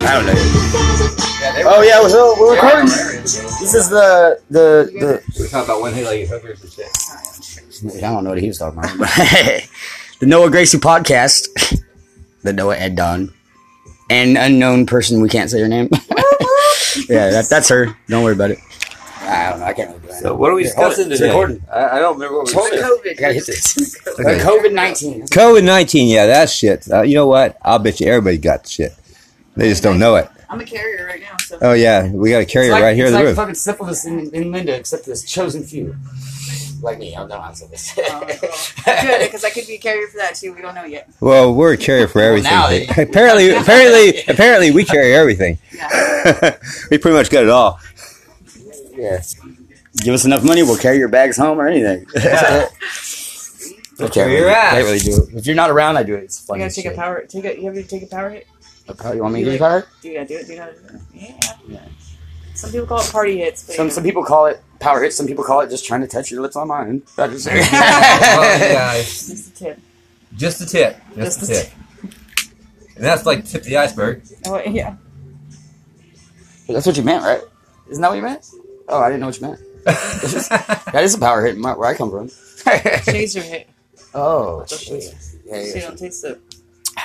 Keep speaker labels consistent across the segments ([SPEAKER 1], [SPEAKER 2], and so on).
[SPEAKER 1] I don't know.
[SPEAKER 2] Oh yeah, so we're recording. This is the the
[SPEAKER 3] We talk about when he like hookers and shit.
[SPEAKER 2] the. I don't know what he was talking about.
[SPEAKER 1] the Noah Gracie podcast. The Noah Ed Don. An unknown person, we can't say her name. yeah, that, that's her. Don't worry about it.
[SPEAKER 2] I don't know. I can't really do that.
[SPEAKER 3] So what are we discussing
[SPEAKER 2] It's
[SPEAKER 3] today?
[SPEAKER 2] recording.
[SPEAKER 3] I, I don't remember what we
[SPEAKER 2] Hold
[SPEAKER 3] discussed.
[SPEAKER 2] it. I gotta hit this. COVID nineteen.
[SPEAKER 4] COVID 19, yeah, that's shit. Uh, you know what? I'll bet you everybody got shit. They just don't know it.
[SPEAKER 5] I'm a carrier right now, so uh,
[SPEAKER 4] Oh, yeah, we got a carrier right here in
[SPEAKER 2] it's
[SPEAKER 4] the
[SPEAKER 2] like
[SPEAKER 4] room.
[SPEAKER 2] fucking syphilis in, in Linda, except for this chosen few. Like me, I'm not on syphilis.
[SPEAKER 5] Oh, good because I could be a carrier for that too. We don't know yet.
[SPEAKER 4] Well, we're a carrier for everything.
[SPEAKER 2] now they-
[SPEAKER 4] apparently, apparently, apparently, we carry everything.
[SPEAKER 5] Yeah.
[SPEAKER 4] we pretty much got it all.
[SPEAKER 2] yeah.
[SPEAKER 1] Give us enough money, we'll carry your bags home or anything.
[SPEAKER 2] Okay.
[SPEAKER 3] Where you're at.
[SPEAKER 2] I can't really do it. If you're not around, I do it. It's
[SPEAKER 5] You
[SPEAKER 2] funny.
[SPEAKER 5] gotta
[SPEAKER 2] as
[SPEAKER 5] take
[SPEAKER 2] shit.
[SPEAKER 5] a power. Take a. You have to take a power hit.
[SPEAKER 2] A power- You want me to give you a power?
[SPEAKER 5] Do you gotta do it? Do you gotta do it? Yeah. Some people call it party hits, but
[SPEAKER 2] Some
[SPEAKER 5] you
[SPEAKER 2] some
[SPEAKER 5] know.
[SPEAKER 2] people call it power hit. Some people call it just trying to touch your lips on mine. I just-
[SPEAKER 3] Well, guys,
[SPEAKER 5] just a tip.
[SPEAKER 3] Oh, just a tip. Just,
[SPEAKER 5] Just
[SPEAKER 3] a
[SPEAKER 5] a
[SPEAKER 3] tip. And that's like tip of the iceberg.
[SPEAKER 5] Oh yeah.
[SPEAKER 2] That's what you meant, right? Isn't that what you meant? Oh, I didn't know what you meant. That is a power hit my, where I come from.
[SPEAKER 5] Chaser hit.
[SPEAKER 2] oh,
[SPEAKER 5] shit.
[SPEAKER 2] Yeah,
[SPEAKER 5] So
[SPEAKER 2] yeah.
[SPEAKER 5] you don't taste the.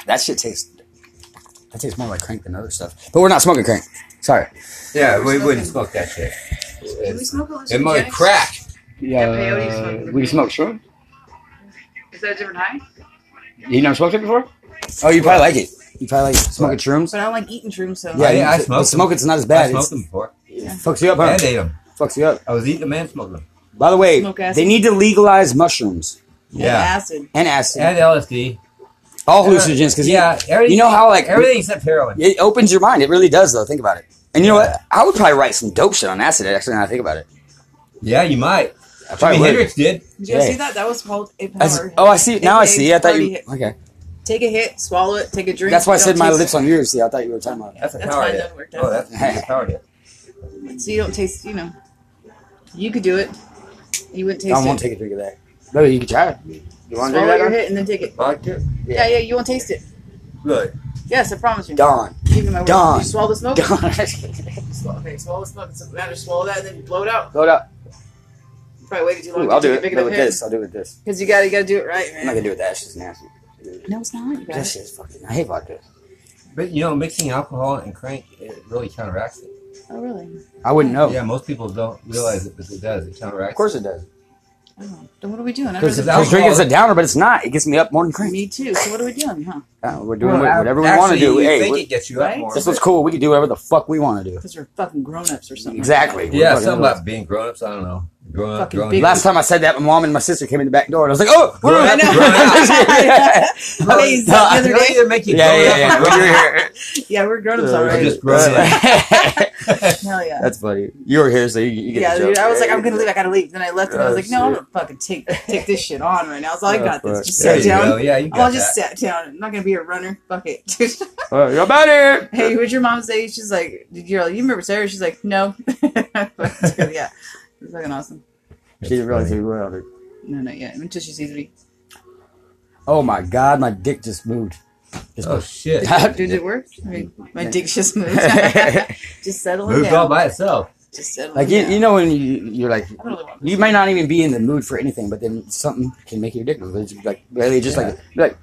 [SPEAKER 2] that shit tastes. That tastes more like crank than other stuff. But we're not smoking crank. Sorry.
[SPEAKER 3] Yeah, we wouldn't smoke that shit.
[SPEAKER 5] Do we smoke hallucinogens?
[SPEAKER 3] It might crack.
[SPEAKER 2] Yeah,
[SPEAKER 5] peyote smoking the
[SPEAKER 2] we
[SPEAKER 5] crank.
[SPEAKER 2] smoke shroom.
[SPEAKER 5] Is that a different high?
[SPEAKER 2] You never smoked it before? Oh, you probably like it. You probably like smoking shrooms.
[SPEAKER 5] But I don't like eating shrooms, so
[SPEAKER 3] Yeah, I
[SPEAKER 2] you-
[SPEAKER 3] smoked
[SPEAKER 2] Smoke
[SPEAKER 3] them.
[SPEAKER 2] it's not as
[SPEAKER 3] I
[SPEAKER 2] bad.
[SPEAKER 3] smoked
[SPEAKER 2] It's,
[SPEAKER 3] them before.
[SPEAKER 2] fucks you up, huh?
[SPEAKER 3] And ate them.
[SPEAKER 2] Fucks you up.
[SPEAKER 3] I was eating them and smoking them.
[SPEAKER 2] By the way,
[SPEAKER 5] Smoke acid.
[SPEAKER 2] they need to legalize mushrooms
[SPEAKER 5] yeah.
[SPEAKER 3] Yeah.
[SPEAKER 5] acid.
[SPEAKER 2] and acid,
[SPEAKER 3] And LSD.
[SPEAKER 2] all hallucinogens, because
[SPEAKER 3] yeah,
[SPEAKER 2] you know how like
[SPEAKER 3] everything except heroin.
[SPEAKER 2] It opens your mind. It really does, though. Think about it. And you know what? I would probably write some dope shit on acid. Actually, now I think about it,
[SPEAKER 3] Yeah, you might.
[SPEAKER 2] I
[SPEAKER 3] Jimi
[SPEAKER 2] probably would.
[SPEAKER 3] Hendrix did.
[SPEAKER 5] Did you guys
[SPEAKER 2] Yeah.
[SPEAKER 5] see that? That was called a power
[SPEAKER 2] That's-
[SPEAKER 5] hit.
[SPEAKER 2] oh, I see. Now I see. I thought
[SPEAKER 5] Party
[SPEAKER 2] you.
[SPEAKER 5] hit.
[SPEAKER 2] Okay.
[SPEAKER 5] Take a hit, swallow it, take a drink.
[SPEAKER 2] That's why I
[SPEAKER 5] don't
[SPEAKER 2] said my
[SPEAKER 5] taste
[SPEAKER 2] lips
[SPEAKER 5] it.
[SPEAKER 2] on yours. See, I thought you were talking about.
[SPEAKER 3] That's a
[SPEAKER 5] That's
[SPEAKER 3] power
[SPEAKER 5] mine
[SPEAKER 3] hit.
[SPEAKER 5] doesn't work, does
[SPEAKER 3] Oh,
[SPEAKER 5] it?
[SPEAKER 3] that's a power hit.
[SPEAKER 5] So you don't taste. You know, you could do it. You wouldn't taste
[SPEAKER 2] I won't
[SPEAKER 5] it.
[SPEAKER 2] take a drink of that. No, you can try. it. You want to
[SPEAKER 5] Swallow
[SPEAKER 2] drink
[SPEAKER 5] your
[SPEAKER 2] that?
[SPEAKER 5] hit and then take it.
[SPEAKER 3] Vodka?
[SPEAKER 5] Yeah, yeah, you won't taste it.
[SPEAKER 3] Really?
[SPEAKER 5] Yes, I promise you.
[SPEAKER 2] Don.
[SPEAKER 5] Give me my word.
[SPEAKER 2] Don.
[SPEAKER 5] You swallow the smoke.
[SPEAKER 2] Don.
[SPEAKER 5] Swallow- Okay, swallow the smoke. It's a matter. Swallow that and then blow it out.
[SPEAKER 2] Load up.
[SPEAKER 5] Probably waited too long.
[SPEAKER 2] Ooh,
[SPEAKER 5] to
[SPEAKER 2] I'll do
[SPEAKER 5] take a
[SPEAKER 2] it
[SPEAKER 5] big
[SPEAKER 2] but
[SPEAKER 5] enough
[SPEAKER 2] with
[SPEAKER 5] hit.
[SPEAKER 2] this. I'll do it with this.
[SPEAKER 5] Cause you gotta, you gotta do it right,
[SPEAKER 2] I'm not gonna
[SPEAKER 5] man.
[SPEAKER 2] do it with that. It's just nasty.
[SPEAKER 5] No, it's not. You
[SPEAKER 2] That shit's fucking. I hate vodka.
[SPEAKER 3] But you know, mixing alcohol and crank, it really counteracts it.
[SPEAKER 5] Oh, really?
[SPEAKER 2] I wouldn't know.
[SPEAKER 3] Yeah, most people don't realize it, but it does. It counteracts.
[SPEAKER 2] Oh. Of course it does.
[SPEAKER 5] Oh, then what are we doing? I've
[SPEAKER 2] Because
[SPEAKER 3] it's
[SPEAKER 5] never-
[SPEAKER 3] alcohol-
[SPEAKER 2] drinking's a downer, but it's not. It gets me up more than crank.
[SPEAKER 5] Me too. So what are we doing, huh?
[SPEAKER 2] Uh, we're doing what- whatever we want to do.
[SPEAKER 3] You
[SPEAKER 2] Hey,
[SPEAKER 3] think
[SPEAKER 2] we're-
[SPEAKER 3] it gets you up
[SPEAKER 5] Right?
[SPEAKER 3] more.
[SPEAKER 2] this was cool. We can do whatever the fuck we want to do.
[SPEAKER 5] Because we're fucking grown-ups or something.
[SPEAKER 2] Exactly.
[SPEAKER 3] but- Yeah,
[SPEAKER 2] We're
[SPEAKER 3] something
[SPEAKER 2] fucking-
[SPEAKER 3] about being grown ups. I don't know. Grown up,
[SPEAKER 5] Fucking
[SPEAKER 3] grown
[SPEAKER 5] big-
[SPEAKER 3] up.
[SPEAKER 2] Last time I said that, my mom and my sister came in the back door, and I was like, "Oh, we're
[SPEAKER 3] Grown
[SPEAKER 2] right
[SPEAKER 3] up,
[SPEAKER 2] now."
[SPEAKER 3] grown
[SPEAKER 2] yeah,
[SPEAKER 5] Like, okay, you said the
[SPEAKER 3] They
[SPEAKER 5] other
[SPEAKER 3] don't
[SPEAKER 5] day.
[SPEAKER 3] even make you
[SPEAKER 2] yeah,
[SPEAKER 3] grown
[SPEAKER 2] yeah.
[SPEAKER 3] up. or
[SPEAKER 2] When
[SPEAKER 3] grown
[SPEAKER 2] you're
[SPEAKER 3] up.
[SPEAKER 2] here,
[SPEAKER 5] Yeah, we're grown-ups
[SPEAKER 2] Uh,
[SPEAKER 3] We're
[SPEAKER 5] already.
[SPEAKER 3] just grown up.
[SPEAKER 5] Hell yeah.
[SPEAKER 2] That's funny. You were here, so you, you get
[SPEAKER 5] yeah,
[SPEAKER 2] the joke.
[SPEAKER 5] dude. I was like, I'm gonna leave. I gotta leave. Then I left, and I was
[SPEAKER 2] Oh,
[SPEAKER 5] like, No, I'm
[SPEAKER 2] shit.
[SPEAKER 5] gonna fucking take take this shit on right now. So I
[SPEAKER 2] Oh,
[SPEAKER 5] got
[SPEAKER 2] fuck.
[SPEAKER 5] this. Just
[SPEAKER 3] There
[SPEAKER 5] sit
[SPEAKER 3] you go.
[SPEAKER 5] down.
[SPEAKER 3] Yeah, you
[SPEAKER 5] Well, I
[SPEAKER 3] got
[SPEAKER 5] just
[SPEAKER 3] that.
[SPEAKER 5] sat down. I'm not gonna be a runner. Fuck it.
[SPEAKER 2] Oh, you're about it.
[SPEAKER 5] hey, what'd your mom say? She's like, Did you you remember Sarah? She's like, No. yeah, it's fucking awesome.
[SPEAKER 2] She didn't realize who you were. I was like,
[SPEAKER 5] No, not yet. Until she sees me.
[SPEAKER 2] Oh my god, my dick just moved. Just
[SPEAKER 3] Oh, shit.
[SPEAKER 2] moved.
[SPEAKER 5] Did it work? I mean, my dick just moved. just settle it
[SPEAKER 3] Moved all
[SPEAKER 5] down.
[SPEAKER 3] by itself.
[SPEAKER 5] Just settle
[SPEAKER 2] like
[SPEAKER 5] it
[SPEAKER 2] you,
[SPEAKER 5] down.
[SPEAKER 2] you know when you, you're like,
[SPEAKER 5] I don't really want
[SPEAKER 2] you may not even be in the mood for anything, but then something can make your dick move. It's like really, just like like.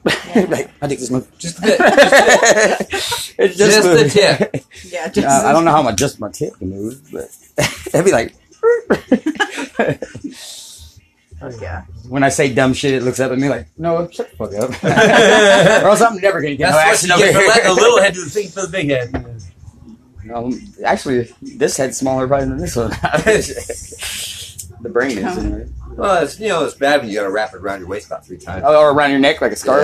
[SPEAKER 2] like my dick just moved.
[SPEAKER 3] Just a bit. Just a bit.
[SPEAKER 2] It
[SPEAKER 3] Just the
[SPEAKER 2] moved.
[SPEAKER 3] tip.
[SPEAKER 5] Yeah, just
[SPEAKER 2] Uh, I don't know how much just my tip can move, but it'd be like
[SPEAKER 5] Yeah.
[SPEAKER 2] when I say dumb shit, it looks up at me like, no, shut the fuck up. or else I'm never gonna get
[SPEAKER 3] That's
[SPEAKER 2] no
[SPEAKER 3] what you
[SPEAKER 2] action over
[SPEAKER 3] get for
[SPEAKER 2] here.
[SPEAKER 3] letting the little head do the thing for the big head.
[SPEAKER 2] No, Um, actually, this head's smaller probably than this one. the brain is, in there.
[SPEAKER 3] Well, it's, you know, it's bad when you gotta wrap it around your waist about three times.
[SPEAKER 2] Oh, or around your neck like a scarf.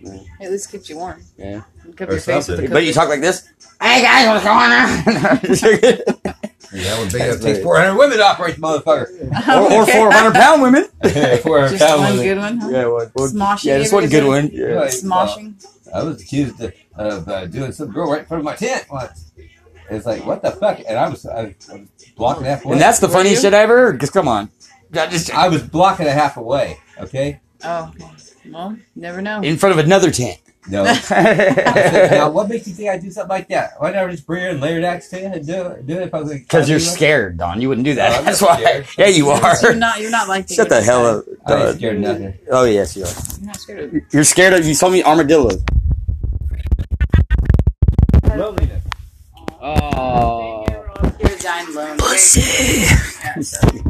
[SPEAKER 3] Yeah.
[SPEAKER 5] At least keeps you warm.
[SPEAKER 2] Yeah.
[SPEAKER 5] And cover
[SPEAKER 3] Or
[SPEAKER 5] your face
[SPEAKER 3] something.
[SPEAKER 5] with the
[SPEAKER 2] But you talk like this. Hey guys, what's going on?
[SPEAKER 3] Yeah, when big
[SPEAKER 2] That's
[SPEAKER 3] enough takes
[SPEAKER 2] right.
[SPEAKER 3] 400 women to operate the motherfucker.
[SPEAKER 2] or, or 400 pound women.
[SPEAKER 3] 400
[SPEAKER 5] Just
[SPEAKER 3] pound
[SPEAKER 5] one
[SPEAKER 3] women.
[SPEAKER 5] good one, huh?
[SPEAKER 2] one,
[SPEAKER 5] Smoshing.
[SPEAKER 2] yeah, this one good one. Yeah.
[SPEAKER 5] Smoshing.
[SPEAKER 3] I was accused of, of uh, doing some girl right in front of my tent once. It's like, what the fuck? And I was, I, I was blocking half away.
[SPEAKER 2] And that's the
[SPEAKER 5] Were
[SPEAKER 2] funniest
[SPEAKER 5] you?
[SPEAKER 2] shit I ever heard. Cause come on, I just
[SPEAKER 3] I was blocking a half away, okay?
[SPEAKER 5] Oh, okay. Well, never know.
[SPEAKER 2] in front of another tent.
[SPEAKER 3] No. I said, now, what makes you think I do something like that? Why not just bring her and lay her next to you and do it? Do it if I was like,
[SPEAKER 2] Because you're
[SPEAKER 3] I mean,
[SPEAKER 2] scared, Don. You wouldn't do that.
[SPEAKER 3] No, I'm
[SPEAKER 2] That's
[SPEAKER 3] not
[SPEAKER 2] why.
[SPEAKER 3] scared.
[SPEAKER 2] Yeah, you are.
[SPEAKER 5] You're not. You're not like that.
[SPEAKER 2] Shut the hell up,
[SPEAKER 3] I ain't
[SPEAKER 2] Don.
[SPEAKER 3] scared of nothing.
[SPEAKER 2] Oh yes, you are.
[SPEAKER 5] You're not scared of
[SPEAKER 2] You're scared of. You told me armadillo.
[SPEAKER 6] Oh.
[SPEAKER 5] You're dying alone.
[SPEAKER 2] Oh. Pussy.
[SPEAKER 5] Yeah, so-